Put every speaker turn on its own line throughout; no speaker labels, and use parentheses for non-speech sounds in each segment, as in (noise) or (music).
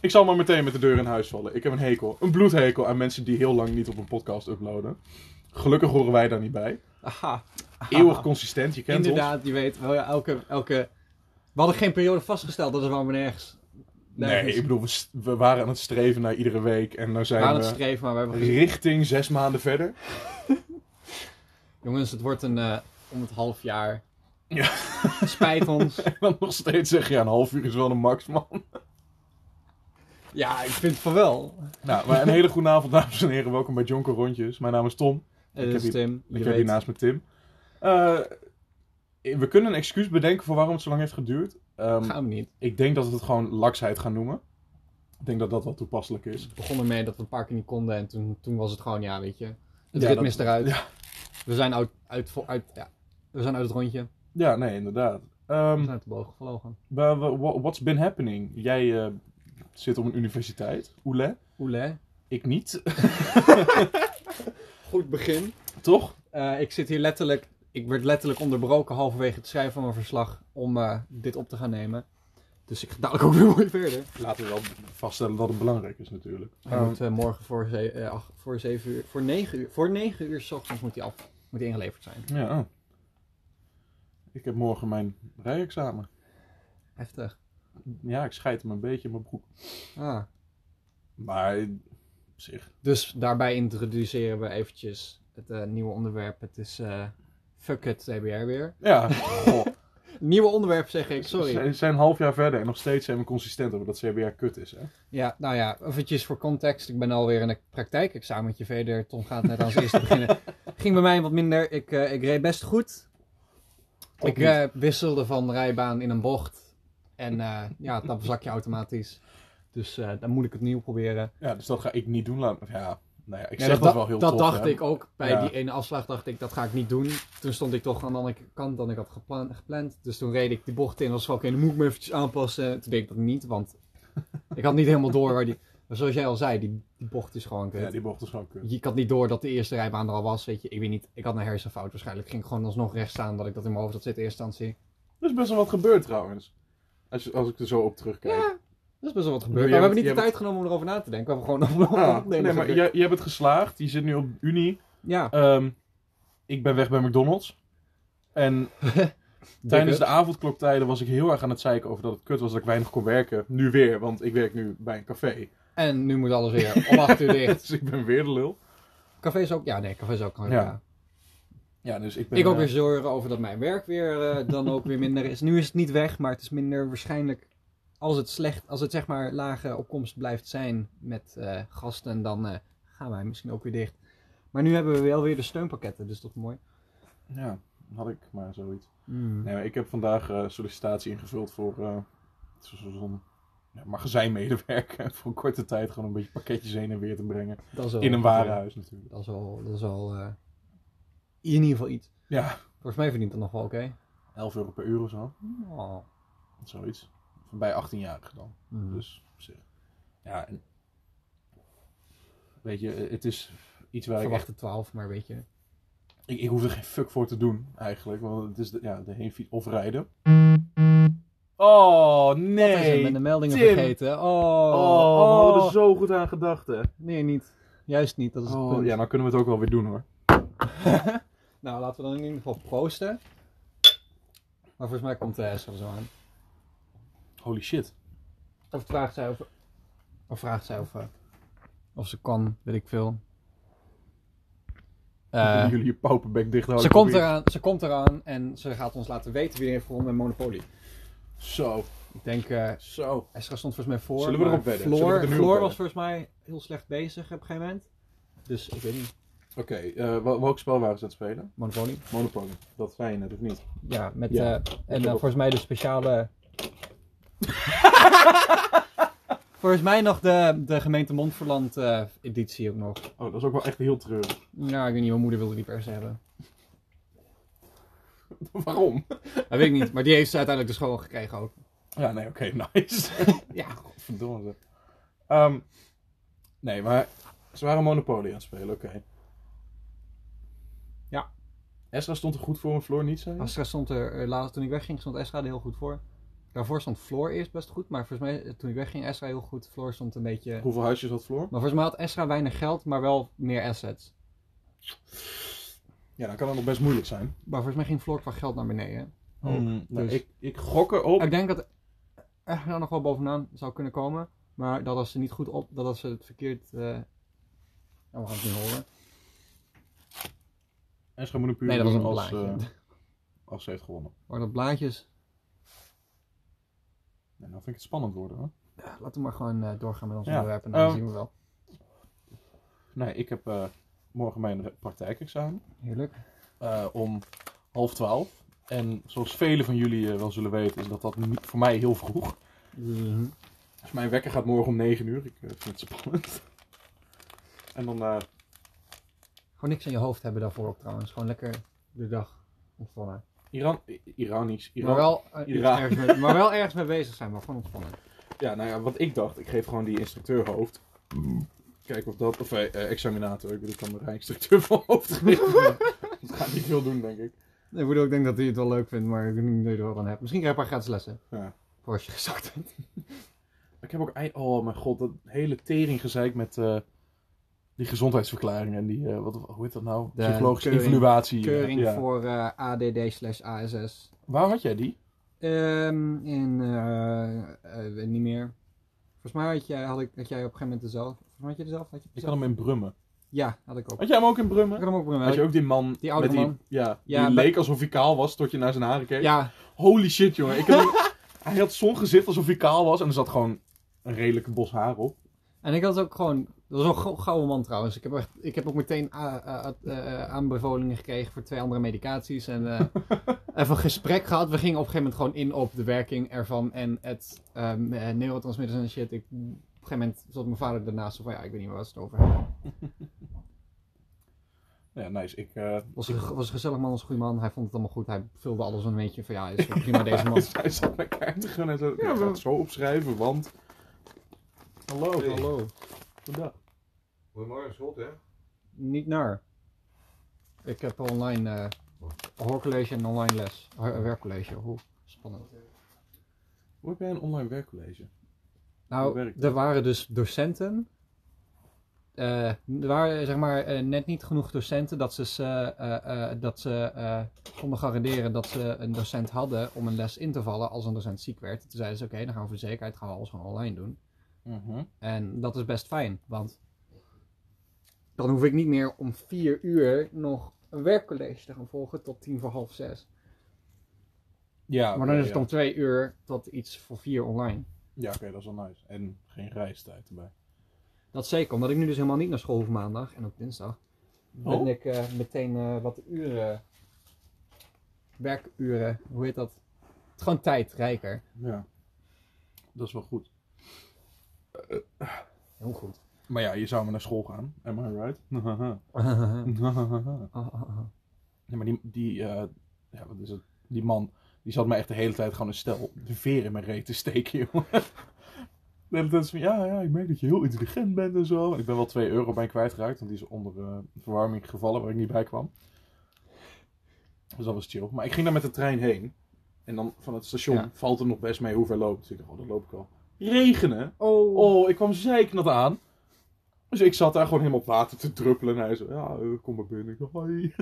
Ik zal maar meteen met de deur in huis vallen. Ik heb een hekel, een bloedhekel aan mensen die heel lang niet op een podcast uploaden. Gelukkig horen wij daar niet bij.
Aha. (laughs)
Eeuwig consistent, je kent ons.
Inderdaad, je weet, wel, ja, elke, elke... We hadden geen periode vastgesteld, dat is waarom we nergens...
Nee, ik bedoel, we, st- we waren aan het streven naar iedere week en nou
we
zijn
aan het
we
streven, maar we hebben geen...
richting zes maanden verder. (laughs)
Jongens, het wordt een, eh, om het half jaar.
Ja.
Spijt
(laughs)
ons.
En dan nog steeds zeg je, ja, een half uur is wel een max, man.
Ja, ik vind van wel.
Nou,
(laughs)
maar een hele goede avond, dames en heren. Welkom bij Jonker Rondjes. Mijn naam is Tom.
Het
heb
is
hier-
Tim.
Ik
Eh, je
heb
weet.
hier naast me Tim. Eh, we kunnen een excuus bedenken voor waarom het zo lang heeft geduurd. Ehm,
Gaan we niet.
ik denk dat we het gewoon laksheid gaan noemen. Ik denk dat dat wel toepasselijk is.
We begonnen mee dat we een paar keer niet konden en toen, toen was het gewoon, ja, weet je. Het
Ja,
ritme
dat-
is eruit.
ja.
We zijn uit, uit, vo- uit, ja. We zijn uit het rondje.
Ja, nee, inderdaad.
We
Ehm,
zijn uit de boog gevlogen.
wa- wa- wa- what's been happening? Jij eh, zit op een universiteit, Oele.
Oele.
Ik niet, (laughs)
Goed begin.
toch?
Eh, ik zit hier letterlijk, ik werd letterlijk onderbroken halverwege het schrijven van mijn verslag om eh, dit op te gaan nemen. Dus ik ga dadelijk ook weer mooi verder.
Laten we wel vaststellen dat het belangrijk is natuurlijk.
Hij
Ehm,
moet eh, morgen voor, ze- eh, ach, voor 7 uur, voor 9 uur, voor 9 uur 's ochtends moet hij af, moet hij ingeleverd zijn.
ja. oh. Ik heb morgen mijn rijexamen.
Heftig.
Ja, ik scheid hem een beetje in mijn broek.
Ah.
Maar eh, op zich.
Dus daarbij introduceren we eventjes het eh, nieuwe onderwerp. Het is eh, fuck it TBR weer.
Ja, goh.
Nieuwe onderwerp zeg ik,
Ze
sorry.
we zijn een half jaar verder en nog steeds zijn we consistent over dat CBR kut is. Hè?
Ja, nou ja, eventjes voor context. Ik ben alweer in een praktijkexamentje verder. Tom gaat net als
(laughs)
eerste beginnen. Ging bij mij wat minder. Ik, eh, ik reed best goed.
Ook
ik
niet.
eh, wisselde van rijbaan in een bocht. En eh, ja, het tappenzakje automatisch. Dus eh, dan moet ik het nieuw proberen.
Ja, dus dat ga ik niet doen. Laat, ja, nou ja, ik
Ja,
zeg dat,
da-
wel heel
Dat
tof,
dacht
hè.
ik ook. Bij
Ja.
die ene afslag dacht ik, dat ga ik niet doen. Toen stond ik toch aan de andere kant dan ik had geplan- gepland. Dus toen reed ik die bocht in. was van, oké, dan moet ik me eventjes aanpassen. Toen deed ik dat niet,
(laughs)
want ik had niet helemaal door waar die... Maar zoals jij al zei, die, die bocht is gewoon kut.
Ja, die bocht is gewoon kut.
Je- Ik had niet door dat de eerste rijbaan er al was, weet je. Ik weet niet, ik had een hersenfout waarschijnlijk. Ik ging gewoon alsnog rechts staan, dat ik dat in mijn hoofd had zitten in eerste instantie.
Er is best wel wat gebeurd trouwens. Als, je- als ik er zo op terugkijk.
Ja, dat is best wel wat gebeurd.
jij
Maar we
hebt-
hebben niet de
jij
tijd genomen om erover na te denken. We hebben gewoon op
Ah,
opnemen
nee, maar
gedrukt.
jij, jij hebt het geslaagd. Je zit nu op Unie.
Ja,
Ehm, ik ben weg bij McDonald's. En tijdens de avondkloktijden was ik heel erg aan het zeiken over dat het kut was dat ik weinig kon werken. Nu weer, want ik werk nu bij een café. (laughs)
En nu moet alles weer om acht uur dicht.
Dus ik ben weer de lul.
Café is ook, ja, nee, café is ook gewoon.
Ja.
ja.
Ja, dus ik ben...
Ik ook
eh,
weer zorgen over dat mijn werk weer eh, dan ook weer minder is. Nu is het niet weg, maar het is minder waarschijnlijk. Als het slecht, als het zeg maar lage opkomst blijft zijn met eh, gasten, dan eh, gaan wij misschien ook weer dicht. Maar nu hebben we wel weer de steunpakketten, dus dat is mooi.
Ja, had ik maar zoiets. Nee, maar ik heb vandaag eh, sollicitatie ingevuld voor eh, het is zo- zo'n ja, magazijnmedewerker. (laughs) voor een korte tijd gewoon een beetje pakketjes heen en weer te brengen.
dat is wel-
In een warenhuis natuurlijk.
Dat is al, dat is al eh, in ieder geval iets.
Ja,
Volgens mij verdient dat nog wel oké.
11 euro per uur of zo.
Oh.
Zoiets. Bij 18-jarigen dan. Dus op zich. Ja, en... Weet je, eh, het is iets waar ik echt...
Verwachte 12, maar weet je.
Ik, ik hoef er geen fuck voor te doen, eigenlijk. Want het is de, ja, de heenfiets of rijden. Oh,
Wat is er
nee!
met de meldingen
Tim.
vergeten. Oh,
Oh, we hadden
oh.
er zo goed aan gedacht, hè.
Nee, niet. Juist niet, dat is het
Oh,
punt.
ja, dan kunnen we het ook wel weer doen, hoor.
Nou, laten we dan in ieder geval proosten. Maar volgens mij komt de S er zo aan.
Holy shit.
Of vraagt zij of... Of vraagt zij of... eh, Of ze kan, weet ik veel. Eh,
Kunnen jullie je pauperbek dicht houden?
ze, komt
Probeer-
eraan, ze komt eraan en ze gaat ons laten weten wie er heeft gewonnen met Monopoly.
Zo,
Ik denk, eh
zo.
Estra stond volgens mij voor.
Zullen we
maar
erop wedden? Zullen we
Floor,
er nu op
Floor
wedden?
was volgens mij heel slecht bezig op een gegeven moment. Dus ik weet niet.
Oké, eh, wel- welk spel waren ze aan het spelen?
Monopoly.
Monopoly. Dat zei je net, of niet?
Ja, met,
Ja,
eh,
heb
en eh,
ook.
volgens mij de speciale... volgens mij nog de, de gemeente Montferland eh, editie ook nog.
Oh, dat is ook wel echt heel treurig.
Nou, ik weet niet, mijn moeder wilde die per se hebben.
(laughs) Waarom?
Dat weet ik niet, maar die heeft ze uiteindelijk dus gewoon gekregen ook.
Ja, nee, oké, (laughs) nice.
Ja.
Godverdomme. zeg. Ehm, nee, maar ze waren Monopoly aan het spelen, oké.
Ja.
Esra stond er goed voor en Floor niet, zei je?
Astra stond er eh, laatst, toen ik wegging, stond Esra er heel goed voor. Daarvoor stond Floor eerst best goed, maar volgens mij eh, toen ik wegging Esra heel goed. Floor stond een beetje...
Hoeveel huisjes had Floor?
Maar volgens mij had Esra weinig geld, maar wel meer assets.
Ja, dan kan het nog best moeilijk zijn.
Maar volgens mij ging Floor qua geld naar beneden.
Ook. nou,
dus-
ik, ik gok erop.
Ik denk dat Esra nog wel bovenaan zou kunnen komen. Maar dat als ze niet goed op... Dat als ze het verkeerd... eh, Nou, we gaan het niet horen.
Esra moet een puur
Nee, dat was
doen
een
als,
blaadje.
eh, als ze heeft gewonnen.
Maar dat blaadjes...
En dan vind ik het spannend worden hoor.
Ja, Laten we maar gewoon eh, doorgaan met ons
Ja,
onderwerp en dan
ehm,
zien we wel.
Nee, ik heb eh, morgen mijn re- praktijkexamen
Heerlijk.
eh, om half twaalf. En zoals velen van jullie eh, wel zullen weten, is dat dat niet- voor mij heel vroeg.
Mhm.
Dus mijn wekker gaat morgen om 9 uur. Ik eh, vind het spannend. (laughs) En dan, eh,
Gewoon niks aan je hoofd hebben daarvoor ook trouwens. Gewoon lekker de dag ontvangen.
Iran, I- Iranisch. Iran,
Maar wel, eh, iets
Iran.
ergens mee, maar wel ergens mee bezig zijn, maar gewoon ontvangen.
Ja, nou ja, wat ik dacht, ik geef gewoon die instructeur hoofd. Kijk of dat, of eh, eh, examinator, ik bedoel, ik kan mijn instructeur (laughs) van hoofd geven.
(laughs)
dat gaat niet veel doen, denk ik.
Nee, ik bedoel, ik denk dat hij het wel leuk vindt, maar ik weet niet dat je er wat aan hebt. Misschien krijg je een paar gratis lessen.
Ja.
Voor als je gezakt bent.
Ik heb ook, ei- oh mijn god, dat hele tering gezeik met eh, die gezondheidsverklaring en die, eh, wat, hoe heet dat nou?
De
Psychologische
keuring-
evaluatie.
Keuring
ja.
voor eh, ADD slash ASS.
Waar had jij die?
Ehm in, eh, eh, weet niet meer. Volgens mij had jij, had ik, had jij op een gegeven moment dezelfde. Volgens mij had je dezelfde. Had je
Ik had
dezelfde?
hem in Brummen.
Ja, had ik ook.
Had jij hem ook in
Ik
Brummen?
had hem ook
Had je
bij
ook die man,
Die oude
met
man?
ja,
Ja,
die
maar-
leek alsof hij kaal was tot je naar zijn haren keek?
Ja,
Holy shit, jongen.
(laughs)
Ik had hem- hij had zo'n gezicht alsof hij kaal was en er zat gewoon een redelijke bos haar op.
En ik had ook gewoon. Dat was wel een gau- gouden man trouwens. Ik heb, echt, ik heb ook meteen a- a- a- eh, aanbevolingen gekregen voor twee andere medicaties. En
(laughs)
eh, even een gesprek gehad. We gingen op een gegeven moment gewoon in op de werking ervan. En het ehm, eh, neurotransmitters en shit. Ik, op een gegeven moment zat mijn vader daarnaast. zo Van ja, ik weet niet meer wat ze het over hebben.
Ja, nice. Ik, eh,
Was, een ge- was een gezellig man, was een goede man. Hij vond het allemaal goed. Hij vulde alles een beetje van ja,
(laughs)
is wel prima deze man.
(laughs) hij zat naar elkaar te gunnen en zo. ik
Ja,
ga
maar-
het zo opschrijven, want... Oh, Hallo,
Hallo.
Goedendag.
Moet je morgen school, hè?
Niet naar. Ik heb online eh, hoorcollege en online les. Ho- Werkcollege. Hoe spannend.
Hoe heb jij een online werkcollege? Hoe
Nou,
werkt
er waren dus docenten. Eh, er waren zeg maar eh, net niet genoeg docenten dat ze, ze, eh, eh, dat ze eh, konden garanderen dat ze een docent hadden om een les in te vallen als een docent ziek werd. Toen zeiden ze: Oké, dan gaan we voor de zekerheid gaan we alles gewoon online doen.
Mhm.
En dat is best fijn, want dan hoef ik niet meer om vier uur nog een werkcollege te gaan volgen tot tien voor half zes.
Ja,
Maar
oké,
dan is het
ja.
om twee uur tot iets voor vier online.
Ja, oké, dat is wel nice. En geen reistijd erbij.
Dat zeker, omdat ik nu dus helemaal niet naar school hoef maandag en ook dinsdag.
Oh?
Ben ik eh, meteen eh, wat uren, werkuren, hoe heet dat? Gewoon tijdrijker.
Ja. Dat is wel goed.
Heel (laughs) goed.
Maar ja, je zou maar naar school gaan. Am I right? (laughs)
Oh.
nee, maar die, die, eh, ja, wat is het? die man, die zat mij echt de hele tijd gewoon een stel de veer in mijn reet te steken, (laughs) jongen. De hele tijd zo van, ja, ja, ik merk dat je heel intelligent bent en zo. Ik ben wel 2 euro bij kwijtgeraakt, want die is onder eh, verwarming gevallen waar ik niet bij kwam. Dus dat was chill. Maar ik ging daar met de trein heen. En dan van het station
Ja.
valt het nog best mee hoe ver loopt. Dus ik dacht, oh, dat loop ik al. Regenen?
oh.
Oh, ik kwam zeiknat aan. Dus ik zat daar gewoon helemaal op water te druppelen. En hij zei, ja, eh, kom maar binnen. Ik dacht, hoi.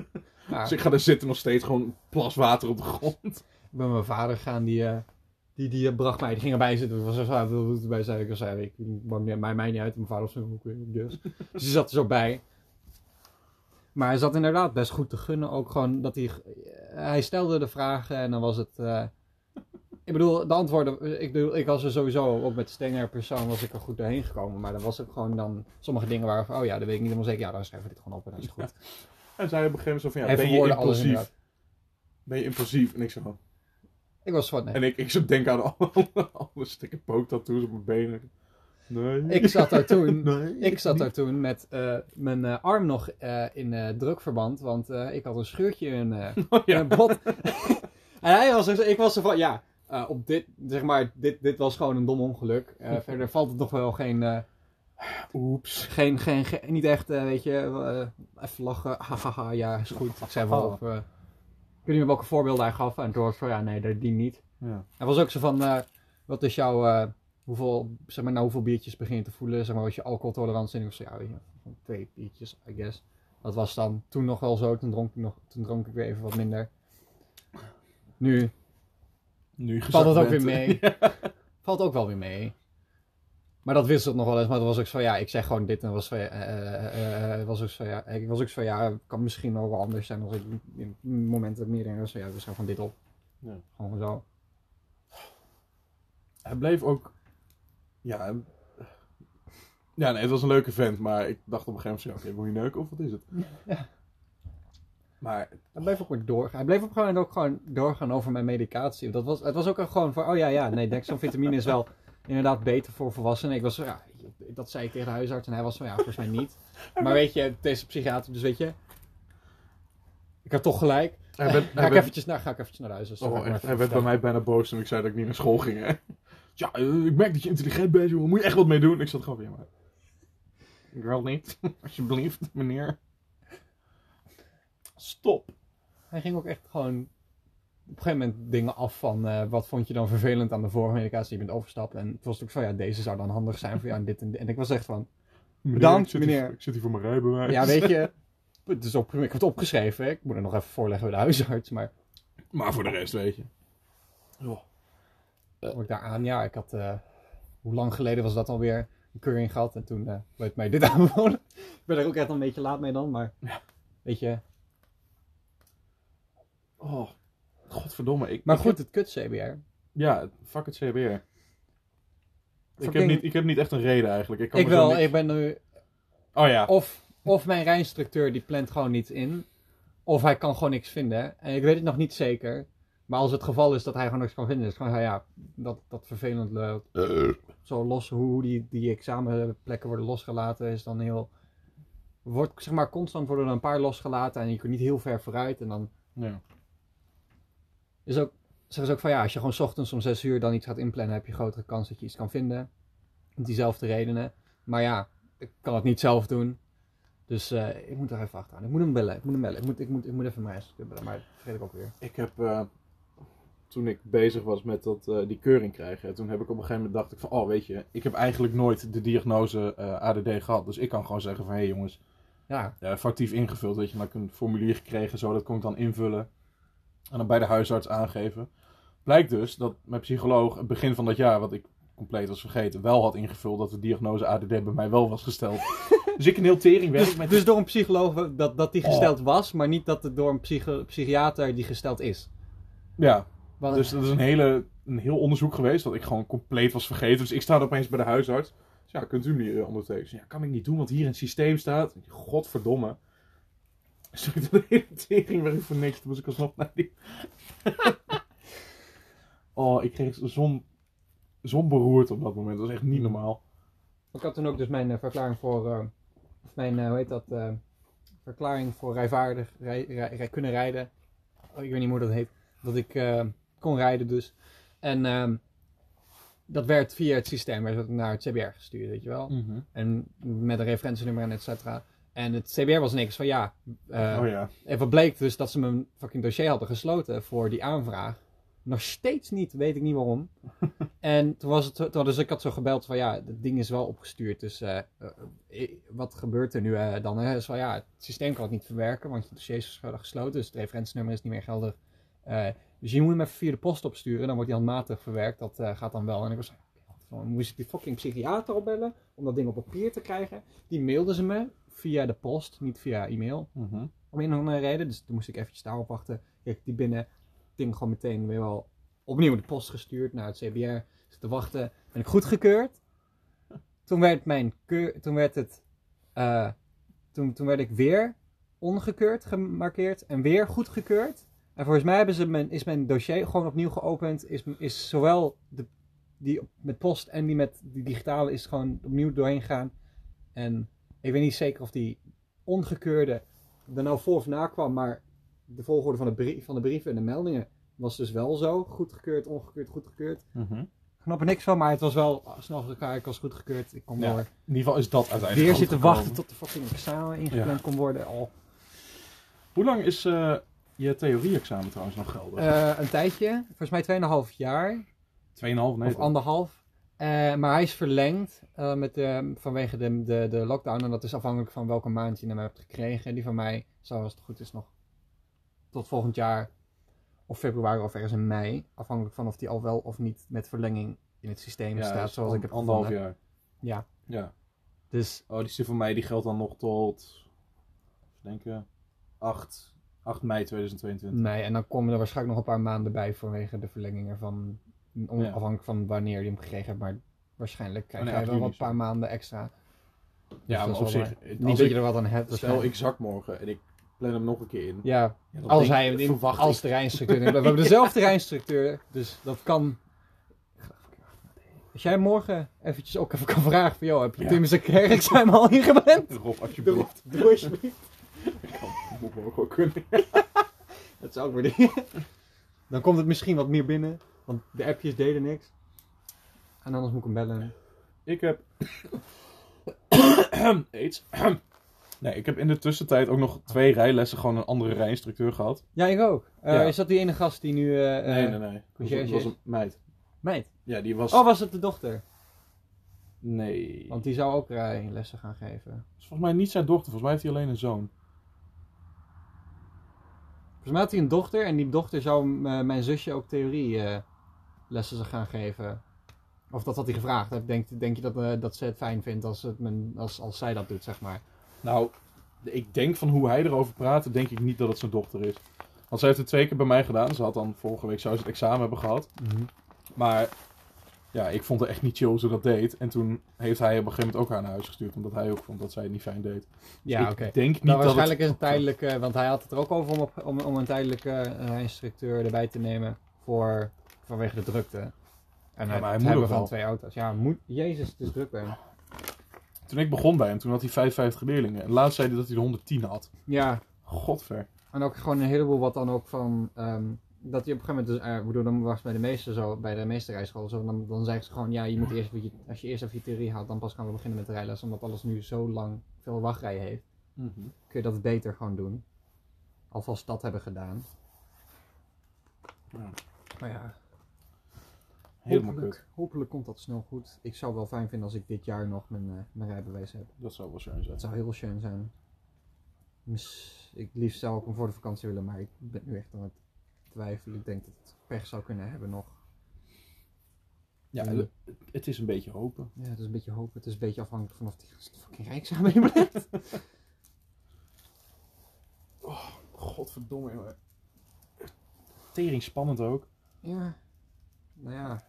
Ja,
Dus ik ga daar zitten nog steeds gewoon een plas water op de grond.
ik ben met mijn vader gaan, die, eh, die, die eh, bracht mij, die ging erbij zitten. Ik was zo ah, wil wil erbij zijn. Ik was zei, ik maakt niet- mij, mij niet uit. Mijn vader was zo ook weer, dus. Dus die zat er zo bij. Maar hij zat inderdaad best goed te gunnen. Ook gewoon dat hij, eh, hij stelde de vragen en dan was het... eh, ik bedoel, de antwoorden, ik, bedoel, ik was er sowieso, ook met Stenger persoon was ik er goed doorheen gekomen. Maar er was ook gewoon dan sommige dingen waar, van, oh ja, dat weet ik niet helemaal zeker. Ja, dan schrijven we dit gewoon op en dat is het goed.
En zij op een gegeven moment zo van, ja,
Hij
ben je
verwoordde alles
impulsief?
inderdaad.
Ben je impulsief? En ik zo, oh.
Ik was van, nee.
en ik, ik zo denk aan alle, (laughs) alle stikken pooktattoos op mijn benen. Nee.
Ik zat daar toen,
Nee.
Ik zat
niet.
daar toen met eh, mijn eh, arm nog eh, in eh, drukverband, want eh, ik had een scheurtje in eh,
(laughs) Oh, ja.
mijn bot. (laughs) en hij was er, zo- ik was er van, ja, eh, op dit, zeg maar, dit, dit was gewoon een dom ongeluk.
(laughs)
Eh, verder valt het nog wel geen, eh,
Oeps.
geen, geen, ge- niet echt, eh, weet je, eh, even lachen, (laughs) hahaha, ja, is goed. Ik zei wel,
Oh.
of, eh, ik weet niet meer welke voorbeelden hij gaf, en toen was het van, ja, nee, dat- die niet.
Ja.
Hij was ook zo van, eh, wat is jouw, eh, hoeveel, zeg maar, nou hoeveel biertjes begin je te voelen, zeg maar, als je alcoholtolerantie in of zo, ja, weet je, van twee biertjes, I guess. Dat was dan toen nog wel zo, toen dronk ik, nog, toen dronk ik weer even wat minder. Nu
Nu je gezakt
valt het ook
bent.
weer (laughs) mee.
(laughs)
Valt ook wel weer mee. Maar dat wisselt nog wel eens, maar dat was ook zo, ja, ik zeg gewoon dit en was van, ja, eh, eh, eh, was ook zo, ja, ik was ook zo, ja, het kan misschien nog wel anders zijn als ik in momenten meer denk, zo, ja, we zijn van dit op.
Ja.
Gewoon zo.
Hij bleef ook. Ja. hij- Ja, nee, het was een leuke vent, maar ik dacht op een gegeven moment: zo, oké, wil je neuken of wat is het? Maar
Hij bleef ook maar doorgaan. Hij bleef op een gegeven moment ook gewoon doorgaan over mijn medicatie. Dat was, het was ook gewoon van, oh ja, ja, nee, dexamfetamine is wel inderdaad beter voor volwassenen. Ik was zo, ja, dat zei ik tegen de huisarts en hij was van, ja, volgens mij niet. Maar weet je, deze psychiater, dus weet je, ik had toch gelijk.
hij werd,
Ga
hij
ik
werd,
eventjes naar, ga ik eventjes naar de huisarts.
oh,
Ga ik maar
echt,
even
hij werd bij
vertellen.
mij bijna boos toen ik zei dat ik niet naar school ging. Hè? Ja, eh, ik merk dat je intelligent bent, jongen. Moet je echt wat mee doen? Ik zat gewoon weer, maar. Ik wil niet, (laughs) alsjeblieft, meneer. Stop.
Hij ging ook echt gewoon op een gegeven moment dingen af van eh, wat vond je dan vervelend aan de vorige medicatie die je bent overstapt. En het was ook zo, ja, deze zou dan handig zijn voor jou en dit en dit. En ik was echt van,
Meneer,
Bedankt,
ik zit hier-
meneer.
ik zit hier voor mijn rijbewijs.
Ja, weet (laughs) je, het is op, ik heb het opgeschreven. hè. Ik moet het nog even voorleggen bij de huisarts. Maar
Maar voor de rest, weet je. Oh.
kom ik daar aan, ja, ik had, eh, hoe lang geleden was dat alweer, een keuring gehad. En toen eh werd mij dit (laughs) aanbevolen. ik ben er ook echt een beetje laat mee dan, maar weet je.
Oh, godverdomme. Ik,
Maar
ik
goed, het kut CBR.
Ja, fuck het CBR. Ik heb,
Fucking-
niet, ik heb niet echt een reden eigenlijk. Ik, kan
Ik
me zo
wel,
niet-
ik ben nu,
Oh ja.
of, of mijn rijinstructeur die plant gewoon niet in. Of hij kan gewoon niks vinden. En ik weet het nog niet zeker. Maar als het geval is dat hij gewoon niks kan vinden, is het gewoon ja, ja, dat, dat vervelend eh, zo los hoe hoe die, die examenplekken worden losgelaten is dan heel wordt zeg maar constant worden er een paar losgelaten en je kunt niet heel ver vooruit en dan
Ja.
is ook zeggen ze ook van ja als je gewoon 's ochtends om 6 uur dan iets gaat inplannen heb je grotere kans dat je iets kan vinden om diezelfde redenen maar ja ik kan het niet zelf doen dus eh, ik moet er even achteraan ik moet hem bellen ik moet hem bellen ik moet ik moet ik moet even mijn huisarts bellen maar dat vergeet ik ook weer
Ik heb, eh, toen ik bezig was met dat, eh, die keuring krijgen, toen heb ik op een gegeven moment dacht ik van, oh weet je, ik heb eigenlijk nooit de diagnose eh, ADD gehad. Dus ik kan gewoon zeggen van, hé hey, jongens,
ja
ja, factief ingevuld, weet je, dan heb ik een formulier gekregen, zo, dat kon ik dan invullen. En dan bij de huisarts aangeven. Blijkt dus dat mijn psycholoog, het begin van dat jaar, wat ik compleet was vergeten, wel had ingevuld dat de diagnose ADD bij mij wel was
(laughs)
gesteld. dus ik een heel tering
dus,
met
dus door een psycholoog dat, dat die
Oh.
gesteld was maar niet dat het door een psycho- psychiater die gesteld is
Ja,
Want-
dus dat is een, hele, een heel onderzoek geweest dat ik gewoon compleet was vergeten. Dus ik sta er opeens bij de huisarts. Dus ja, kunt u hem niet eh, ondertekenen? Ja, kan ik niet doen, want hier in het systeem staat. Godverdomme. Dus toen ik de hele tering weer voor niks. Toen was ik alsnog naar die... (laughs) oh, ik kreeg zo'n zo'n beroerd op dat moment. Dat was echt niet normaal.
Ik had toen ook dus mijn eh, verklaring voor, eh, of mijn, eh, hoe heet dat, eh, verklaring voor rijvaardig, rij, rij- rij- kunnen rijden. Oh, ik weet niet hoe dat heet. Dat ik eh, kon rijden dus. En ehm, dat werd via het systeem, werd het naar het CBR gestuurd, weet je wel. En met een referentienummer en et cetera. En het CBR was niks van ja. eh,
oh ja.
En wat bleek dus dat ze mijn fucking dossier hadden gesloten voor die aanvraag. Nog steeds niet, weet ik niet waarom. en toen was het, toen, dus ik had zo gebeld van ja, het ding is wel opgestuurd. Dus eh, eh, eh, wat gebeurt er nu eh, dan? Hè? Dus van ja, het systeem kan het niet verwerken, want je dossier is gesloten. Dus het referentienummer is niet meer geldig. Eh, dus je moet hem even via de post opsturen. Dan wordt hij handmatig verwerkt. Dat eh, gaat dan wel. En ik was van, moest ik die fucking psychiater opbellen om dat ding op papier te krijgen. Die mailden ze me via de post, niet via e-mail
Mhm.
om een of andere reden. Dus toen moest ik eventjes daarop wachten. Kreeg ik die binnen. Ding gewoon meteen weer wel opnieuw de post gestuurd naar het CBR. Zit dus te wachten. Ben ik goedgekeurd. Toen werd mijn keur... Toen werd het... eh, toen, toen werd ik weer ongekeurd gemarkeerd. En weer goedgekeurd. En volgens mij hebben ze mijn, is mijn dossier gewoon opnieuw geopend. Is, is zowel de, die op- met post en die met die digitale is gewoon opnieuw doorheen gegaan. En ik weet niet zeker of die ongekeurde er nou voor of na kwam, maar de volgorde van de, brief, van de brieven en de meldingen was dus wel zo. Goedgekeurd, ongekeurd, goedgekeurd.
Mhm.
Ik snap er niks van, maar het was wel snel voor elkaar. Ik was goedgekeurd, ik kon
Ja,
door.
In ieder geval is dat uiteindelijk
Weer
goed
zitten
gekomen.
wachten tot de fucking examen ingepland kon worden. Oh,
Hoe lang is eh, je theorie-examen trouwens nog gelden?
Eh, een tijdje, volgens mij 2,5 jaar.
Tweeënhalf, nee.
of
toch?
anderhalf. Eh, maar hij is verlengd eh, met de, vanwege de, de, de lockdown. En dat is afhankelijk van welke maand je hem hebt gekregen. Die van mij zou, als het goed is, nog tot volgend jaar of februari of ergens in mei. Afhankelijk van of die al wel of niet met verlenging in het systeem
Ja,
staat.
dus
Zoals ik heb
an- Anderhalf
gevonden.
jaar.
Ja.
Ja.
Dus
Oh, die studie van mij die geldt dan nog tot, even denken, 8, 8 mei 2022.
mei. En dan komen er waarschijnlijk nog een paar maanden bij vanwege de verlenging ervan. On-
Ja. Ah,
Afhankelijk van wanneer je hem gekregen hebt. Maar waarschijnlijk krijg
nee,
jij
acht
wel
juni
een
is het.
paar maanden extra.
Ja,
dus dat
maar
is
op
wel
zich,
Niet
als
dat
ik,
je er wat aan hebt.
stel
waarschijnlijk.
ik zak morgen en ik plan hem nog een keer in.
Ja,
Ja, dat
Als
denk-
hij hem in,
verwacht
als
ik.
terreinstructuur. neemt. We hebben dezelfde terreinstructuur, dus dat kan. Als jij morgen eventjes ook even kan vragen van, joh, heb je
Ja.
Tim zijn kerk zijn al hier
(laughs)
gewend?
Rob, alsjeblieft.
Doe alsjeblieft.
Dat moet morgen ook kunnen.
(laughs) Dat zou ik waarderen. Dan komt het misschien wat meer binnen, (laughs) want de appjes deden niks. En anders moet ik hem bellen.
Ik heb. (coughs) AIDS. (coughs) nee, ik heb in de tussentijd ook nog twee rijlessen gewoon een andere rijinstructeur gehad.
Ja, ik ook. Eh,
Ja.
Is dat die ene gast die nu... eh, eh,
nee, nee, nee. Dat was,
conciërge.
was een meid.
Meid.
Ja, die was.
Oh, was het de dochter?
Nee.
Want die zou ook rijlessen gaan geven.
Dat is volgens mij niet zijn dochter, volgens mij heeft hij alleen een zoon.
Volgens mij had hij een dochter en die dochter zou m- eh, mijn zusje ook theorie-lessen gaan geven. Of dat had hij gevraagd. Hè? Denk, denk je dat, eh, dat ze het fijn vindt als, het men, als, als zij dat doet, zeg maar?
Nou, ik denk van hoe hij erover praat, denk ik niet dat het zijn dochter is. Want zij heeft het twee keer bij mij gedaan. Ze had dan vorige week zou ze het examen hebben gehad. Maar ja, ik vond het echt niet chill hoe ze dat deed. En toen heeft hij op een gegeven moment ook haar naar huis gestuurd. Omdat hij ook vond dat zij het niet fijn deed. Dus
Ja,
ik
oké.
denk niet dat
Nou,
het...
waarschijnlijk is het tijdelijk, eh, want hij had het er ook over om, op- om, om een tijdelijke eh, instructeur erbij te nemen voor, vanwege de drukte. En
maar
het
hij moet
hebben
ook
van
wel.
twee auto's. Ja, moet, jezus, het is druk bij hem.
Toen ik begon bij hem, toen had hij 55 leerlingen. En laatst zei hij dat hij er 110 had.
Ja,
Godver.
En ook gewoon een heleboel wat dan ook van. ehm, dat je op een gegeven moment, dus, eh, ik bedoel, dan was bij de meeste zo, bij de meeste rijscholen zo, dan, dan zeggen ze gewoon, ja, je moet eerst, even je- als je eerst even je theorie haalt, dan pas gaan we beginnen met de rijles, omdat alles nu zo lang veel wachtrijen heeft, kun je dat beter gewoon doen. Alvast dat hebben gedaan.
Ja.
Maar ja,
Helemaal kut.
hopelijk, hopelijk komt dat snel goed. Ik zou wel fijn vinden als ik dit jaar nog mijn, eh, mijn rijbewijs heb.
Dat zou wel zijn.
Dat zou heel schön zijn. Miss- Ik liefst zou ik hem voor de vakantie willen, maar ik ben nu echt aan het twijfelen. Ik denk dat het pech zou kunnen hebben nog.
Ja,
Ja.
het- het is een beetje hopen.
Ja, het is een beetje hopen. Het is een beetje afhankelijk van of die gast fucking rijk samen blijft.
Godverdomme, jongen. Tering spannend ook.
(laughs) Ja. Nou ja.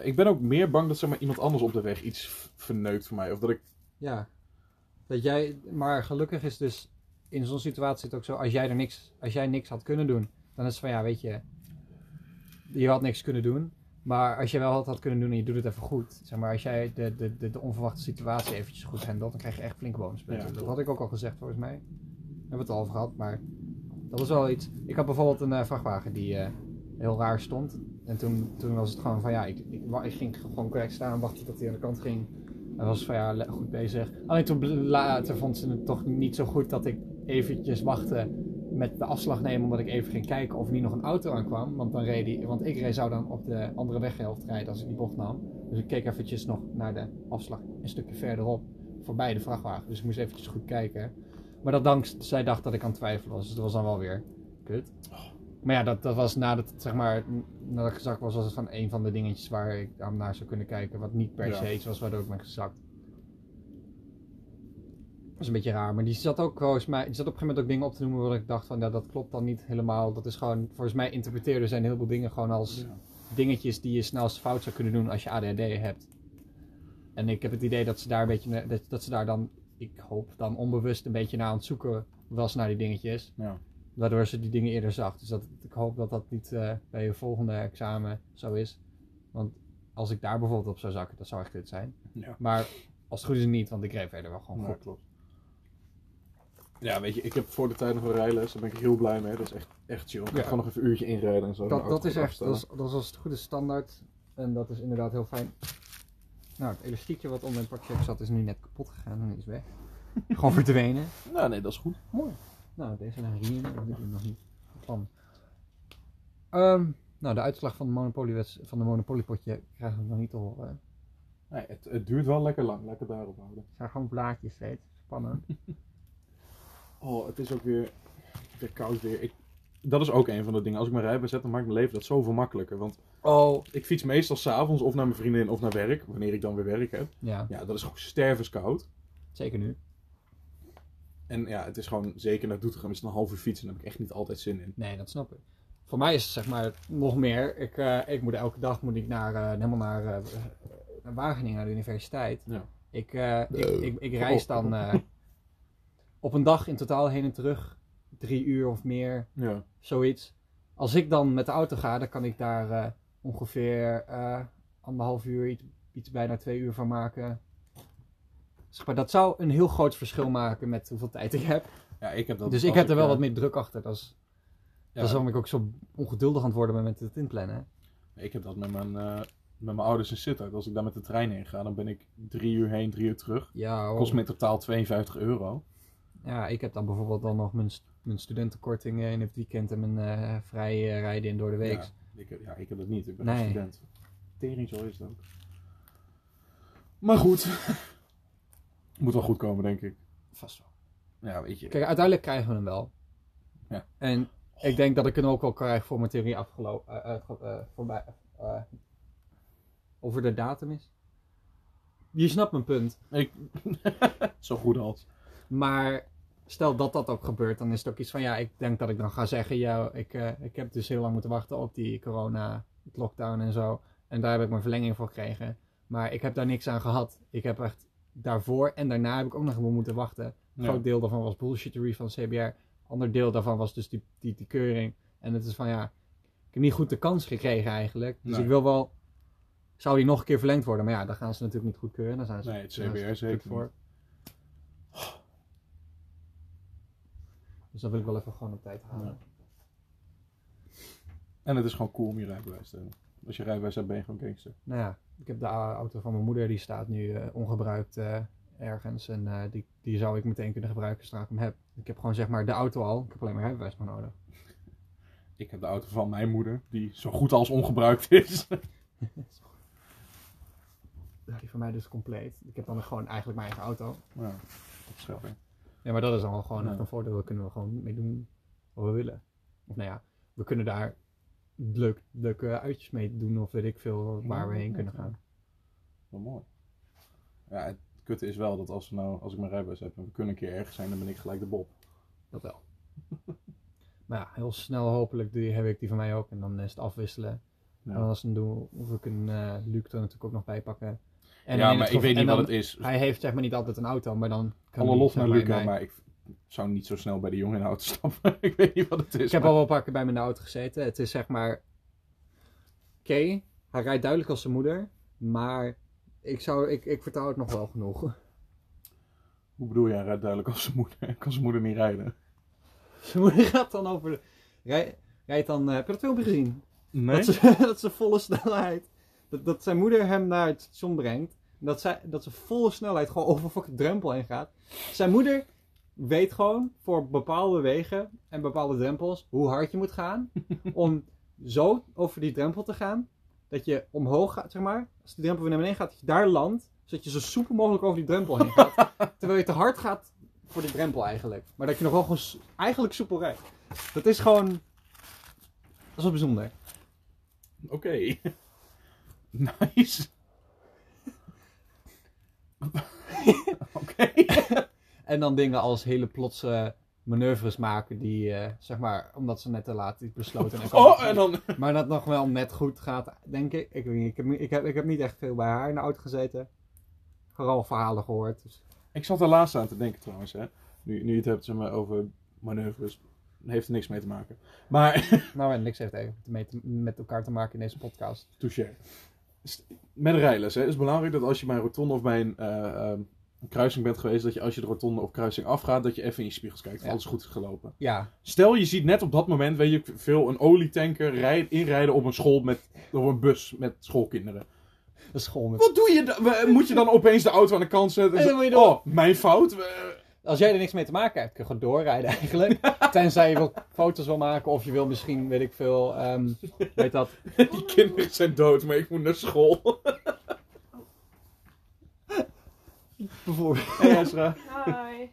Ik ben ook meer bang dat zeg maar, iemand anders op de weg iets v- verneukt voor mij. Of dat ik...
Ja. Dat jij, maar gelukkig is dus in zo'n situatie het ook zo, als jij er niks, als jij niks had kunnen doen, dan is het van ja, weet je, je had niks kunnen doen. Maar als je wel wat had kunnen doen en je doet het even goed, zeg maar, als jij de, de, de, de onverwachte situatie eventjes goed handelt, dan krijg je echt flinke bonuspunten.
Ja,
dat
klopt.
had ik ook al gezegd volgens mij. We hebben het al over gehad, maar dat was wel iets. Ik had bijvoorbeeld een eh, vrachtwagen die eh, heel raar stond. En toen, toen was het gewoon van ja, ik, ik, wa- ik ging gewoon correct staan, wachtte tot hij aan de kant ging. En was van ja, le- goed bezig. Alleen toen bl- later vond ze het toch niet zo goed dat ik eventjes wachtte met de afslag nemen. Omdat ik even ging kijken of er niet nog een auto aankwam. Want, dan reed die, want ik reed, zou dan op de andere weghelft rijden als ik die bocht nam. Dus ik keek eventjes nog naar de afslag een stukje verderop. Voorbij de vrachtwagen. Dus ik moest eventjes goed kijken. Maar dat dank, zij dacht dat ik aan het twijfelen was. Dus dat was dan wel weer kut. Maar ja, dat, dat was nadat, het, zeg maar, nadat ik gezakt was, was het van een van de dingetjes waar ik aan naar zou kunnen kijken. Wat niet per
Ja.
se iets was waardoor ik ben gezakt. Dat is een beetje raar, maar die zat ook volgens mij, die zat op een gegeven moment ook dingen op te noemen waar ik dacht van, nou dat klopt dan niet helemaal. Dat is gewoon, volgens mij interpreteerden zijn heel veel dingen gewoon als dingetjes die je snelst fout zou kunnen doen als je ADHD hebt. En ik heb het idee dat ze daar een beetje, na- dat, dat ze daar dan, ik hoop dan onbewust een beetje naar aan het zoeken was naar die dingetjes.
Ja.
Waardoor ze die dingen eerder zag. Dus dat, ik hoop dat dat niet eh, bij je volgende examen zo is. Want als ik daar bijvoorbeeld op zou zakken, dat zou echt kut zijn.
Ja.
Maar als het goed is niet, want ik reed verder wel gewoon
Ja,
goed.
klopt. Ja, weet je, ik heb voor de tijd nog een rijles. Daar ben ik heel blij mee. Dat is echt, echt chill. Ik
Ja.
ga gewoon nog even een uurtje inrijden en zo. Nou,
Dat,
De
dat
auto
is echt, dat
afstellen.
is, dat is als het goede standaard. En dat is inderdaad heel fijn. Nou, het elastiekje wat om mijn pakje zat is nu net kapot gegaan en is weg. Gewoon verdwenen.
Nou, nee, dat is goed.
Mooi. Nou, deze naar hier, dat doe ik nog niet. plan. Ehm, nou, de uitslag van de Monopoly-wets- van de Monopoly-potje krijgen we nog niet te horen.
Nee, het, het duurt wel lekker lang, laat ik het daarop houden.
Het zijn gewoon blaadjes steeds. Spannend.
Oh, het is ook weer, weer koud weer. Ik, dat is ook een van de dingen. Als ik mijn rijbewijs heb, dan maakt mijn leven dat zoveel makkelijker. Want
Oh.
ik fiets meestal s'avonds of naar mijn vriendin of naar werk, wanneer ik dan weer werk heb.
Ja,
Ja, dat is gewoon stervenskoud.
zeker nu.
En ja, het is gewoon, zeker naar Doetinchem is het een half uur fietsen. Daar heb ik echt niet altijd zin in.
Nee, dat snap ik. Voor mij is het zeg maar nog meer. Ik, eh, ik moet elke dag moet ik naar, eh, helemaal naar, eh, naar Wageningen, naar de universiteit.
Ja.
Ik, eh, ik, ik, ik reis dan eh, op een dag in totaal heen en terug. Drie uur of meer,
Ja,
zoiets. Als ik dan met de auto ga, dan kan ik daar eh, ongeveer eh, anderhalf uur, iets, iets bijna twee uur van maken. Zeg maar, dat zou een heel groot verschil maken met hoeveel tijd ik heb.
ja ik heb dat.
dus ik
als
heb er wel
eh,
wat meer druk achter. Dat is,
ja,
dat is waarom ik ook zo ongeduldig aan het worden ben met het inplannen. hè.
Ik heb dat met mijn, eh, met mijn ouders in Sittard. Als ik daar met de trein heen ga, dan ben ik drie uur heen, drie uur terug.
Ja, hoor.
Kost me in totaal 52 euro.
ja, ik heb dan bijvoorbeeld dan nog mijn, st- mijn studentenkorting eh, in het weekend en mijn eh vrij eh, rijden in door de week.
Ja, ik, heb- ja, ik heb dat niet. Ik ben
Nee.
een student. Tering zo is het ook. Maar goed. (laughs) Moet wel goed komen, denk ik.
Vast wel.
Ja, weet je.
Kijk, uiteindelijk krijgen we hem wel.
Ja.
En ik denk dat ik hem ook wel krijg voor mijn theorie afgelopen. eh, voorbij, eh, over de datum is. Je snapt mijn punt.
Ik... zo goed als.
Maar stel dat dat ook gebeurt, dan is het ook iets van ja, ik denk dat ik dan ga zeggen, ja, ik, eh, ik heb dus heel lang moeten wachten op die corona, het lockdown en zo. En daar heb ik mijn verlenging voor gekregen. Maar ik heb daar niks aan gehad. Ik heb echt daarvoor en daarna heb ik ook nog wel moeten wachten. Een
Ja.
groot deel daarvan was bullshittery van CBR. Ander deel daarvan was dus die, die, die keuring. En het is van ja, ik heb niet goed de kans gekregen eigenlijk. Dus
Nee.
ik wil wel, zou die nog een keer verlengd worden? Maar ja, dan gaan ze natuurlijk niet goedkeuren. Dan zijn ze
Nee, het
daar is
CBR
het
zeker
natuurlijk
voor.
Dus dat wil ik wel even gewoon op tijd halen.
En het is gewoon cool om je rijbewijs te hebben. Als je rijbewijs hebt, ben je gewoon gangster.
Nou ja, ik heb de a- auto van mijn moeder, die staat nu eh, ongebruikt eh, ergens. En eh, die, die zou ik meteen kunnen gebruiken zodra ik hem heb. Ik heb gewoon zeg maar de auto al, ik heb alleen maar rijbewijs maar nodig.
Ik heb de auto van mijn moeder, die zo goed als ongebruikt is. (laughs)
Ja, Die van mij dus compleet. Ik heb dan gewoon eigenlijk mijn eigen auto.
ja, dat is wel weer.
Ja, maar dat is dan wel gewoon
Ja.
echt een voordeel. Daar kunnen we gewoon mee doen wat we willen. Of nou ja, we kunnen daar leuk, leuke uitjes mee doen of weet ik veel waar we heen kunnen gaan.
Wel mooi. Ja, het kutte is wel dat als, we nou, als ik mijn rijbewijs heb en we kunnen een keer ergens zijn, dan ben ik gelijk de Bob.
Dat wel. (laughs) maar ja, heel snel hopelijk die, heb ik die van mij ook. En dan is het afwisselen.
Ja.
En dan als een doel, of we kunnen eh Luc er natuurlijk ook nog bij pakken. En
ja, maar ik weet niet wat het
is.
is.
Hij heeft zeg maar niet altijd een auto, maar dan kan
Alle
hij,
lof
zeg
naar
maar,
Luca,
bij-
maar ik zou niet zo snel bij de jongen in de auto (laughs) stappen. ik weet niet wat het is.
Ik heb
maar-
al wel een paar keer bij mijn auto gezeten. Het is zeg maar. Oké, hij rijdt duidelijk als zijn moeder. Maar ik, zou, ik, ik vertrouw het nog wel genoeg. (laughs)
Hoe bedoel je, hij rijdt duidelijk als zijn moeder. (laughs) kan zijn moeder niet rijden.
Zijn moeder gaat dan over. de- Rij, rijdt dan. eh, heb je dat filmpje gezien?
Nee?
Dat, ze, (laughs) dat ze volle snelheid. Dat, dat zijn moeder hem naar het station brengt. En Dat, zij, dat ze volle snelheid gewoon over een fucking drempel heen gaat. Zijn moeder weet gewoon voor bepaalde wegen en bepaalde drempels hoe hard je moet gaan. om zo over die drempel te gaan. Dat je omhoog gaat, zeg maar. Als die drempel weer naar beneden gaat, dat je daar landt. Zodat je zo soepel mogelijk over die drempel heen gaat. Terwijl je te hard gaat voor die drempel eigenlijk. Maar dat je nog wel gewoon s- eigenlijk soepel rijdt. Dat is gewoon... Dat is wel bijzonder.
Oké. (laughs) nice. (laughs) Oké.
En dan dingen als hele plotse manoeuvres maken die, eh, zeg maar, omdat ze net te laat is besloten. En
Oh, en dan...
Maar dat nog wel net goed gaat, denk ik. Ik, weet niet, ik, heb, niet- ik, heb, ik heb niet echt veel bij haar in de auto gezeten. Vooral verhalen gehoord. Dus
Ik zat er laatst aan te denken trouwens, hè. Nu, nu je het hebt zeg maar, over manoeuvres, heeft er niks mee te maken. Maar, (laughs)
nou, en niks heeft even mee te- met elkaar te maken in deze podcast.
touché. St- Met rijles, hè. Het is belangrijk dat als je bij een rotonde of bij een, eh, eh, een kruising bent geweest, dat je als je de rotonde of kruising afgaat, dat je even in je spiegels kijkt of
Ja.
alles goed is gelopen.
Ja,
Stel, je ziet net op dat moment, weet je veel, een olietanker rij- inrijden op een school met, op een bus met schoolkinderen.
de school met...
Wat doe je dan? We- Moet je dan opeens de auto aan de kant zetten?
En dan moet je
oh, mijn fout. We- (laughs)
Als jij er niks mee te maken hebt, kun je gewoon doorrijden eigenlijk. Tenzij je wil, foto's wil maken of je wil misschien, weet ik veel, ehm, weet
(laughs)
dat.
Die kinderen zijn dood, maar ik moet naar school.
Bijvoorbeeld.
Hey Ezra.
Hi.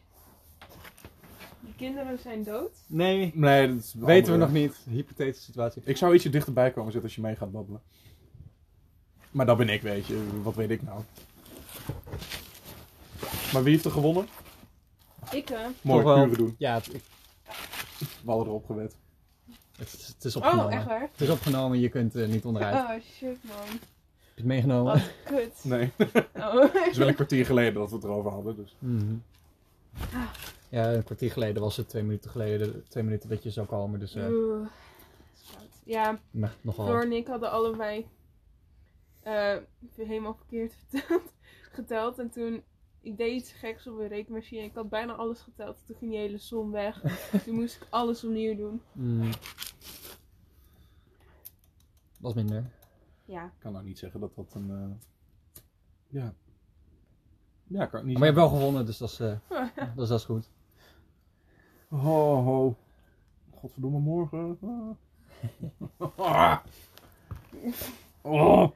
De kinderen zijn dood.
Nee,
Nee, dat is een
weten
andere.
we nog niet. Hypothetische situatie.
Ik zou ietsje dichterbij komen zitten als je mee gaat babbelen. Maar dat ben ik, weet je. Wat weet ik nou? Maar wie heeft er gewonnen?
Ik eh, hè?
Mooi,
Toch wel.
puren doen.
Ja, het,
We hadden erop gewet.
het is- het is opgenomen.
Oh, echt waar?
Het is opgenomen, je kunt er niet onderuit. Heb
Oh shit man.
je het meegenomen?
Wat kut.
Nee, (laughs) het
Oh. (laughs)
is wel een kwartier geleden dat we het erover hadden. Dus.
Mhm.
Ah.
Ja, een kwartier geleden was het, twee minuten geleden, twee minuten dat je zou komen, dus eh,
Oeh. Ja,
nou, nogal.
Floor en ik hadden allebei eh, helemaal verkeerd (laughs) verteld, geteld. En toen, ik deed iets geks op een rekenmachine. Ik had bijna alles geteld. Toen ging die hele som weg. toen moest ik alles opnieuw doen.
Mm. Was minder.
Ja.
Ik kan nou niet zeggen dat dat een... eh, Ja. Ja, ik kan het niet
Maar je hebt wel gewonnen, dus dat is, eh,
Oh.
dus (laughs) dat is goed.
zeggen. Ho, ho. Godverdomme, morgen. Ah. (laughs) Oh.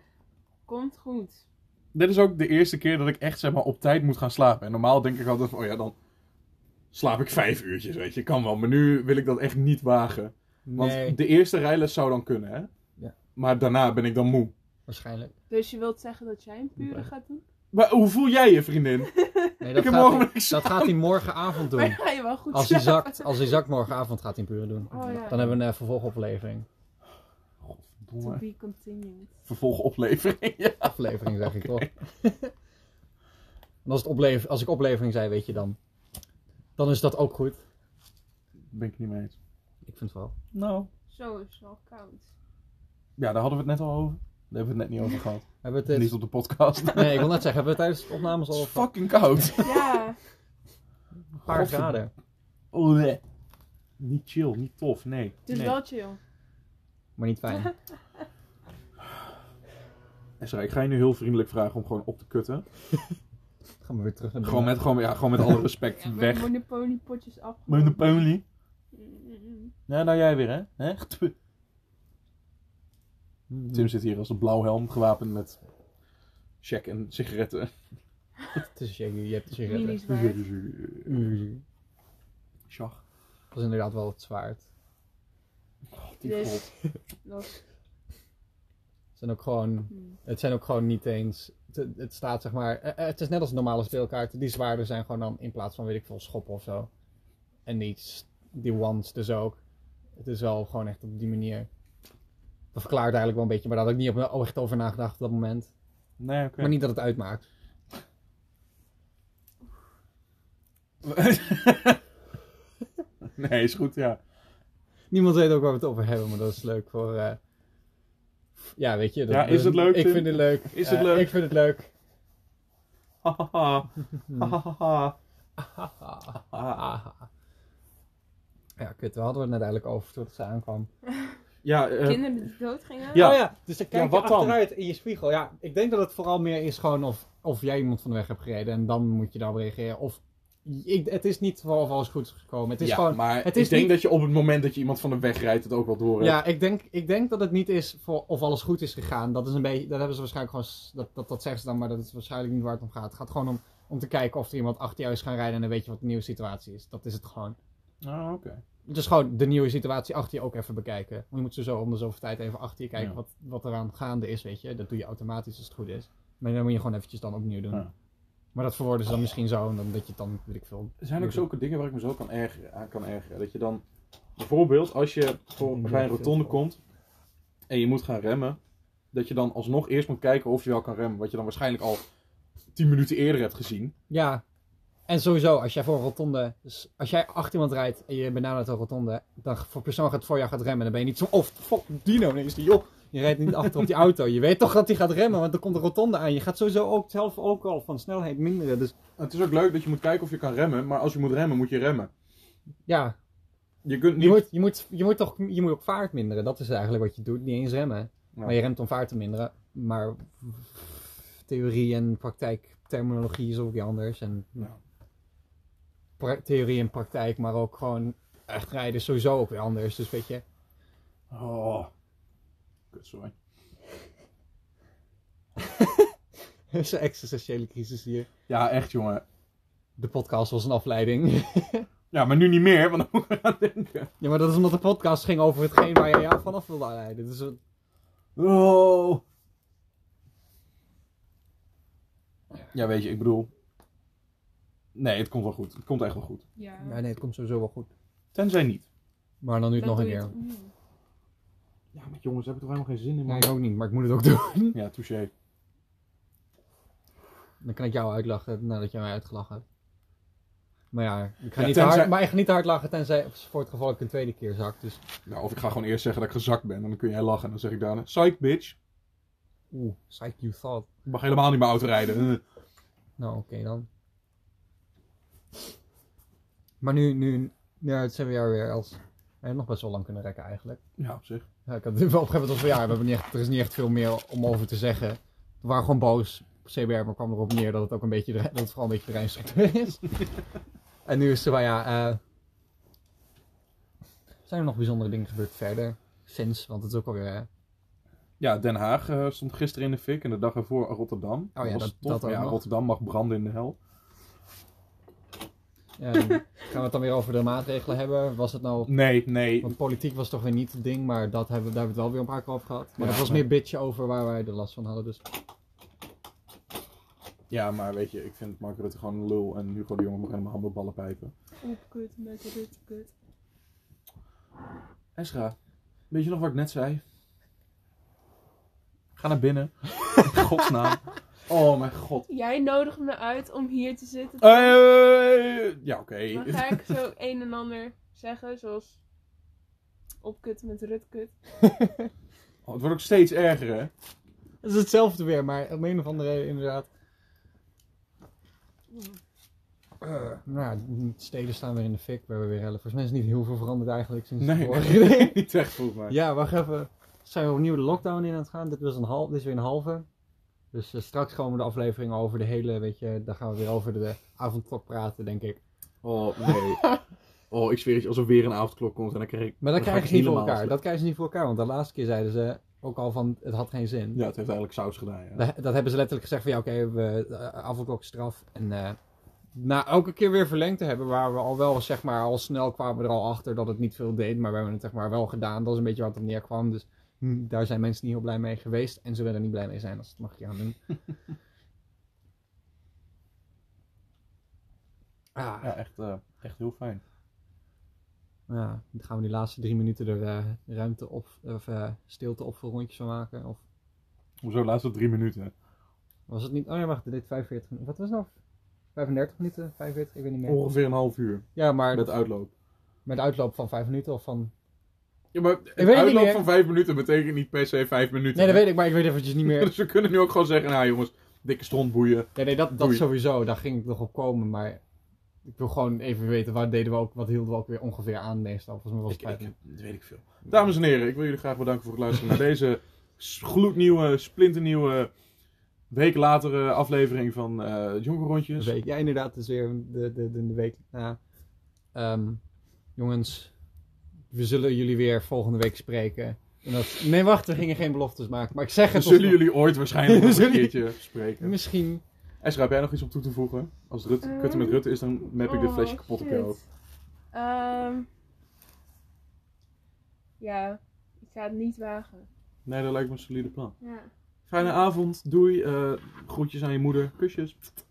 Komt goed.
Dit is ook de eerste keer dat ik echt zeg maar, op tijd moet gaan slapen. En normaal denk ik altijd van, oh ja, dan slaap ik vijf uurtjes, weet je. Kan wel, maar nu wil ik dat echt niet wagen. Want
Nee,
de eerste rijles zou dan kunnen, hè.
Ja.
Maar daarna ben ik dan moe.
waarschijnlijk.
(laughs)
Dus je wilt zeggen dat jij een pure gaat doen?
Maar hoe voel jij je, vriendin?
Nee,
ik
dat,
heb
gaat,
morgen
hij,
niks
dat gaat hij morgenavond
(laughs) Maar
doen.
ga je wel goed
Als hij
slapen.
zakt, als hij zakt morgenavond gaat hij puur doen.
Oh, ja.
Dan hebben we een eh, vervolgaflevering.
To
Godverdomme.
be continued.
Vervolg oplevering. Ja.
(laughs) Aflevering zeg ik toch. (laughs) en als, het oplever, als ik oplevering zei, weet je dan. Dan is dat ook goed.
(laughs) Ben ik niet mee eens.
Ik vind het wel.
Nou.
Zo is het al koud.
Ja, daar hadden we het net al over. Daar hebben we het net niet over gehad.
Hebben we het,
Niet op de podcast.
nee, ik wil net zeggen, hebben we het tijdens de opnames
Het
al
is
over
fucking koud.
Ja.
een paar
Godver-
graden?
(laughs) Oh, nee. Niet chill, niet tof, nee.
Het is
Nee.
wel chill.
Maar niet
(laughs)
fijn.
Ezra, Eh, ik ga je nu heel vriendelijk vragen om gewoon op te kutten.
Gaan we weer terug naar de-
Gewoon met, gewoon, ja, gewoon met (laughs) alle respect
Ja,
weg.
Monopoly potjes af.
Monopoly.
Mm.
Ja, nou jij weer, hè? hè? (laughs) Hm.
Mhm.
Tim zit hier als een blauwhelm, gewapend met check en sigaretten.
Het is shaggy, je hebt de sigaretten.
Mini zwaard.
(laughs) Sjag.
Dat is inderdaad wel het zwaard.
God, Oh, die god.
Dus,
(laughs)
dat is-
Het zijn ook gewoon,
mm.
het zijn ook gewoon niet eens. Het, het staat zeg maar. eh, eh, Het is net als normale speelkaarten. Die zwaarder zijn gewoon dan in plaats van weet ik veel schoppen of zo. En die, s- die wands dus ook. Het is wel gewoon echt op die manier. Dat verklaart eigenlijk wel een beetje, maar daar had ik niet op, oh, echt over nagedacht op dat moment.
Nee, oké.
Maar niet dat het uitmaakt.
(laughs) nee, is goed, ja.
Niemand weet ook waar we het over hebben, maar dat is leuk voor. eh, ja, weet je. dat-
Ja, is het leuk,
Ik
Tim?
vind het leuk.
Is het
Eh,
leuk?
Ik vind het leuk. (laughs)
Hahaha. Hahaha. Ah,
Ja, kut. Daar hadden we het net eigenlijk over toen ze aankwam.
Ja, eh,
Kinderen die dood gingen?
Ja.
Oh ja, dus dan kijk
Ja, wat
je
dan?
achteruit in je spiegel. Ja, ik denk dat het vooral meer is gewoon of, of jij iemand van de weg hebt gereden en dan moet je daarop reageren. Of ik, het is niet vooral of alles goed is gekomen. Het is
ja,
gewoon...
maar
het
ik
is
denk
niet-
dat je op het moment dat je iemand van de weg rijdt het ook wel door hebt.
Ja, ik denk, ik denk dat het niet is voor of alles goed is gegaan. Dat is een beetje... Dat hebben ze waarschijnlijk gewoon... s- Dat, dat, dat zeggen ze dan, maar dat is waarschijnlijk niet waar het om gaat. Het gaat gewoon om, om te kijken of er iemand achter jou is gaan rijden en dan weet je wat de nieuwe situatie is. Dat is het gewoon.
Oh, oké.
Dus gewoon de nieuwe situatie achter je ook even bekijken. Want je moet sowieso om de zoveel tijd even achter je kijken
Ja.
wat, wat eraan gaande is, weet je. Dat doe je automatisch als het goed is. Maar dan moet je gewoon eventjes dan opnieuw doen.
Ja.
Maar dat verwoorden ze dan misschien zo, en dan dat je het dan, weet ik veel...
Er zijn ook zulke dingen waar ik me zo kan ergeren, aan kan ergeren. Dat je dan, bijvoorbeeld, als je voor, bij een rotonde komt en je moet gaan remmen, dat je dan alsnog eerst moet kijken of je wel kan remmen. Wat je dan waarschijnlijk al tien minuten eerder hebt gezien.
Ja, en sowieso, als jij voor een rotonde... Dus als jij achter iemand rijdt en je benadert een rotonde... Dan voor persoon gaat voor jou gaat remmen, dan ben je niet zo... Oh, fuck, dino, dan is die, joh. Je rijdt niet achter op die auto. Je weet toch dat die gaat remmen, want dan komt een rotonde aan. Je gaat sowieso ook zelf ook al van snelheid minderen. Dus
Het is ook leuk dat je moet kijken of je kan remmen, maar als je moet remmen, moet je remmen.
ja,
Je kunt
Je
niet...
moet, je, moet, je moet toch je moet ook vaart minderen. Dat is eigenlijk wat je doet. Niet eens remmen.
Ja.
Maar je remt om vaart te minderen. Maar theorie en praktijkterminologie is ook weer anders. En
Ja.
pra- theorie en praktijk, maar ook gewoon echt rijden is sowieso ook weer anders. Dus weet je, (laughs)
Oh. Kut, sorry.
dat is een existentiële crisis hier.
Ja, echt jongen.
De podcast was een afleiding. (laughs)
Ja, maar nu niet meer, want (laughs) dan moet ik aan denken.
ja, maar dat is omdat de podcast ging over hetgeen waar je jou vanaf wilde leiden. Dus dat-
Oh. Ja, weet je, ik bedoel. Nee, het komt wel goed. Het komt echt wel goed.
Ja.
maar nee, het komt sowieso wel goed.
Tenzij niet.
Maar dan nu het
Dan
nog een
doe je
keer.
het opnieuw.
Ja, maar jongens, heb ik toch helemaal geen zin in,
Nee, ik ook niet, maar ik moet het ook (laughs) doen.
Ja, touché.
Dan kan ik jou uitlachen nadat jij mij uitgelachen hebt. Maar ja, ik ga
Ja,
niet, te
tenzij-
hard, maar ik ga niet te hard lachen tenzij voor het geval ik een tweede keer zak. Dus
Nou, of ik ga gewoon eerst zeggen dat ik gezakt ben. En dan kun jij lachen. En dan zeg ik daarna, psych bitch.
oeh, psych you thought.
Ik mag helemaal niet meer auto rijden. Eh.
Nou, oké dan. Maar nu, nu, ja, het zijn we jaar weer als... We hebben nog best wel lang kunnen rekken eigenlijk.
Ja, op zich.
Ja, ik had (laughs) het wel opgegeven als we ja, we hebben niet echt, er is niet echt veel meer om over te zeggen. We waren gewoon boos. CBR maar kwam erop neer dat het ook een beetje de, dat het vooral een beetje de Rijnstructuur is. (laughs) en nu is het van ja. eh, zijn er nog bijzondere dingen gebeurd verder? Sinds, want het is ook alweer. eh,
Ja, Den Haag eh, stond gisteren in de fik en de dag ervoor Rotterdam.
Oh ja, dat-
tof,
dat
maar
ook
ja,
nog.
Rotterdam mag branden in de hel.
ja, (laughs) dan ehm, gaan we het dan weer over de maatregelen hebben? Was het nou.
Nee, nee.
Want politiek was toch weer niet het ding, maar dat hebben, we- daar hebben we het wel weer een paar keer over gehad. Maar
Ja,
dat was
maar-
meer bitje over waar wij de last van hadden. Dus
Ja, maar weet je, ik vind Mark Rutte gewoon een lul en Hugo de Jonge mag helemaal handbalballen pijpen.
Oeh, Oh, kut, met dit, kut.
Esra, weet je nog wat ik net zei? Ga naar binnen. Godsnaam. (laughs) Oh mijn god.
Jij nodigt me uit om hier te zitten.
Eh, ja, oké.
Dan ga ik zo een en ander zeggen, zoals opkut met rutkut.
Oh, het wordt ook steeds erger, hè?
het is hetzelfde weer, maar om een of andere reden inderdaad. Eh, nou, ja, de steden staan weer in de fik. We hebben weer helft. Volgens mij is niet heel veel veranderd eigenlijk sinds de
Nee, (laughs)
vorige
nee, niet echt volgens mij.
Ja, wacht even. Zijn we opnieuw de lockdown in aan het gaan? Dit, was een hal dit is weer een halve. Dus eh, straks komen de afleveringen over de hele, weet je, daar gaan we weer over de, avondklok praten, denk ik.
Oh, nee. (laughs) Oh, ik zweer het je, als er weer een avondklok komt en dan krijg ik...
Maar dat
dan ga
krijgen
ik
ze niet voor
helemaal
elkaar. Dat krijgen ze niet voor elkaar, want de laatste keer zeiden ze ook al van, het had geen zin.
Ja, het heeft eigenlijk saus gedaan, ja.
Dat, dat hebben ze letterlijk gezegd van, ja, oké, we de avondklok is eraf. En eh, na elke keer weer verlengd te hebben, waar we al wel, zeg maar, al snel kwamen we er al achter dat het niet veel deed. Maar we hebben het, zeg maar, wel gedaan. Dat is een beetje wat op neerkwam. Dus hm, daar zijn mensen niet heel blij mee geweest. En ze willen er niet blij mee zijn als ze het mag gaan doen. ah,
Ja, echt, eh, echt heel fijn.
ja, dan gaan we die laatste drie minuten er eh, ruimte op, of eh, stilte op voor rondjes van maken. Of
Hoezo, laatste drie minuten?
was het niet? Oh ja, wacht, dit deed 45 minuten. Wat was het nou? 35 minuten? 45? Ik weet niet meer.
Ongeveer een half uur,
Ja, maar
met uitloop.
met uitloop van 5 minuten of van.
Ja, maar het
weet het niet
uitloop
meer.
van vijf minuten betekent niet per se vijf minuten.
Nee, dat weet ik, maar ik weet eventjes niet
(laughs)
meer.
Dus we kunnen nu ook gewoon zeggen, nou jongens, dikke strontboeien.
Nee, nee dat, dat
Doei.
sowieso, daar ging ik nog op komen, maar ik wil gewoon even weten, waar deden we ook, wat hielden we ook weer ongeveer aan meestal. Volgens mij was
Ik,
het
ik-
vijf minuten.
dat weet ik veel. Dames en heren, ik wil jullie graag bedanken voor het luisteren naar deze s- gloednieuwe, splinternieuwe, week latere aflevering van eh Jonkerrondjes.
Een week. Ja, inderdaad, het is weer de, de, de, de week na. Ehm, jongens, we zullen jullie weer volgende week spreken. En dat, nee, wacht, we gingen geen beloftes maken, maar ik zeg
We
het
zullen
alsnog.
jullie ooit
(laughs)
waarschijnlijk nog een
Zullen jullie-
keertje spreken.
Misschien.
Esra, heb jij nog iets om toe te voegen? Als Rutte,
Eh.
kutten met Rutte is, dan map ik dit
Oh,
flesje kapot op je
shit.
hoofd.
Ehm, ja, ik ga het niet wagen.
Nee, dat lijkt me een solide plan.
Ja.
Fijne avond, doei. eh groetjes aan je moeder, kusjes.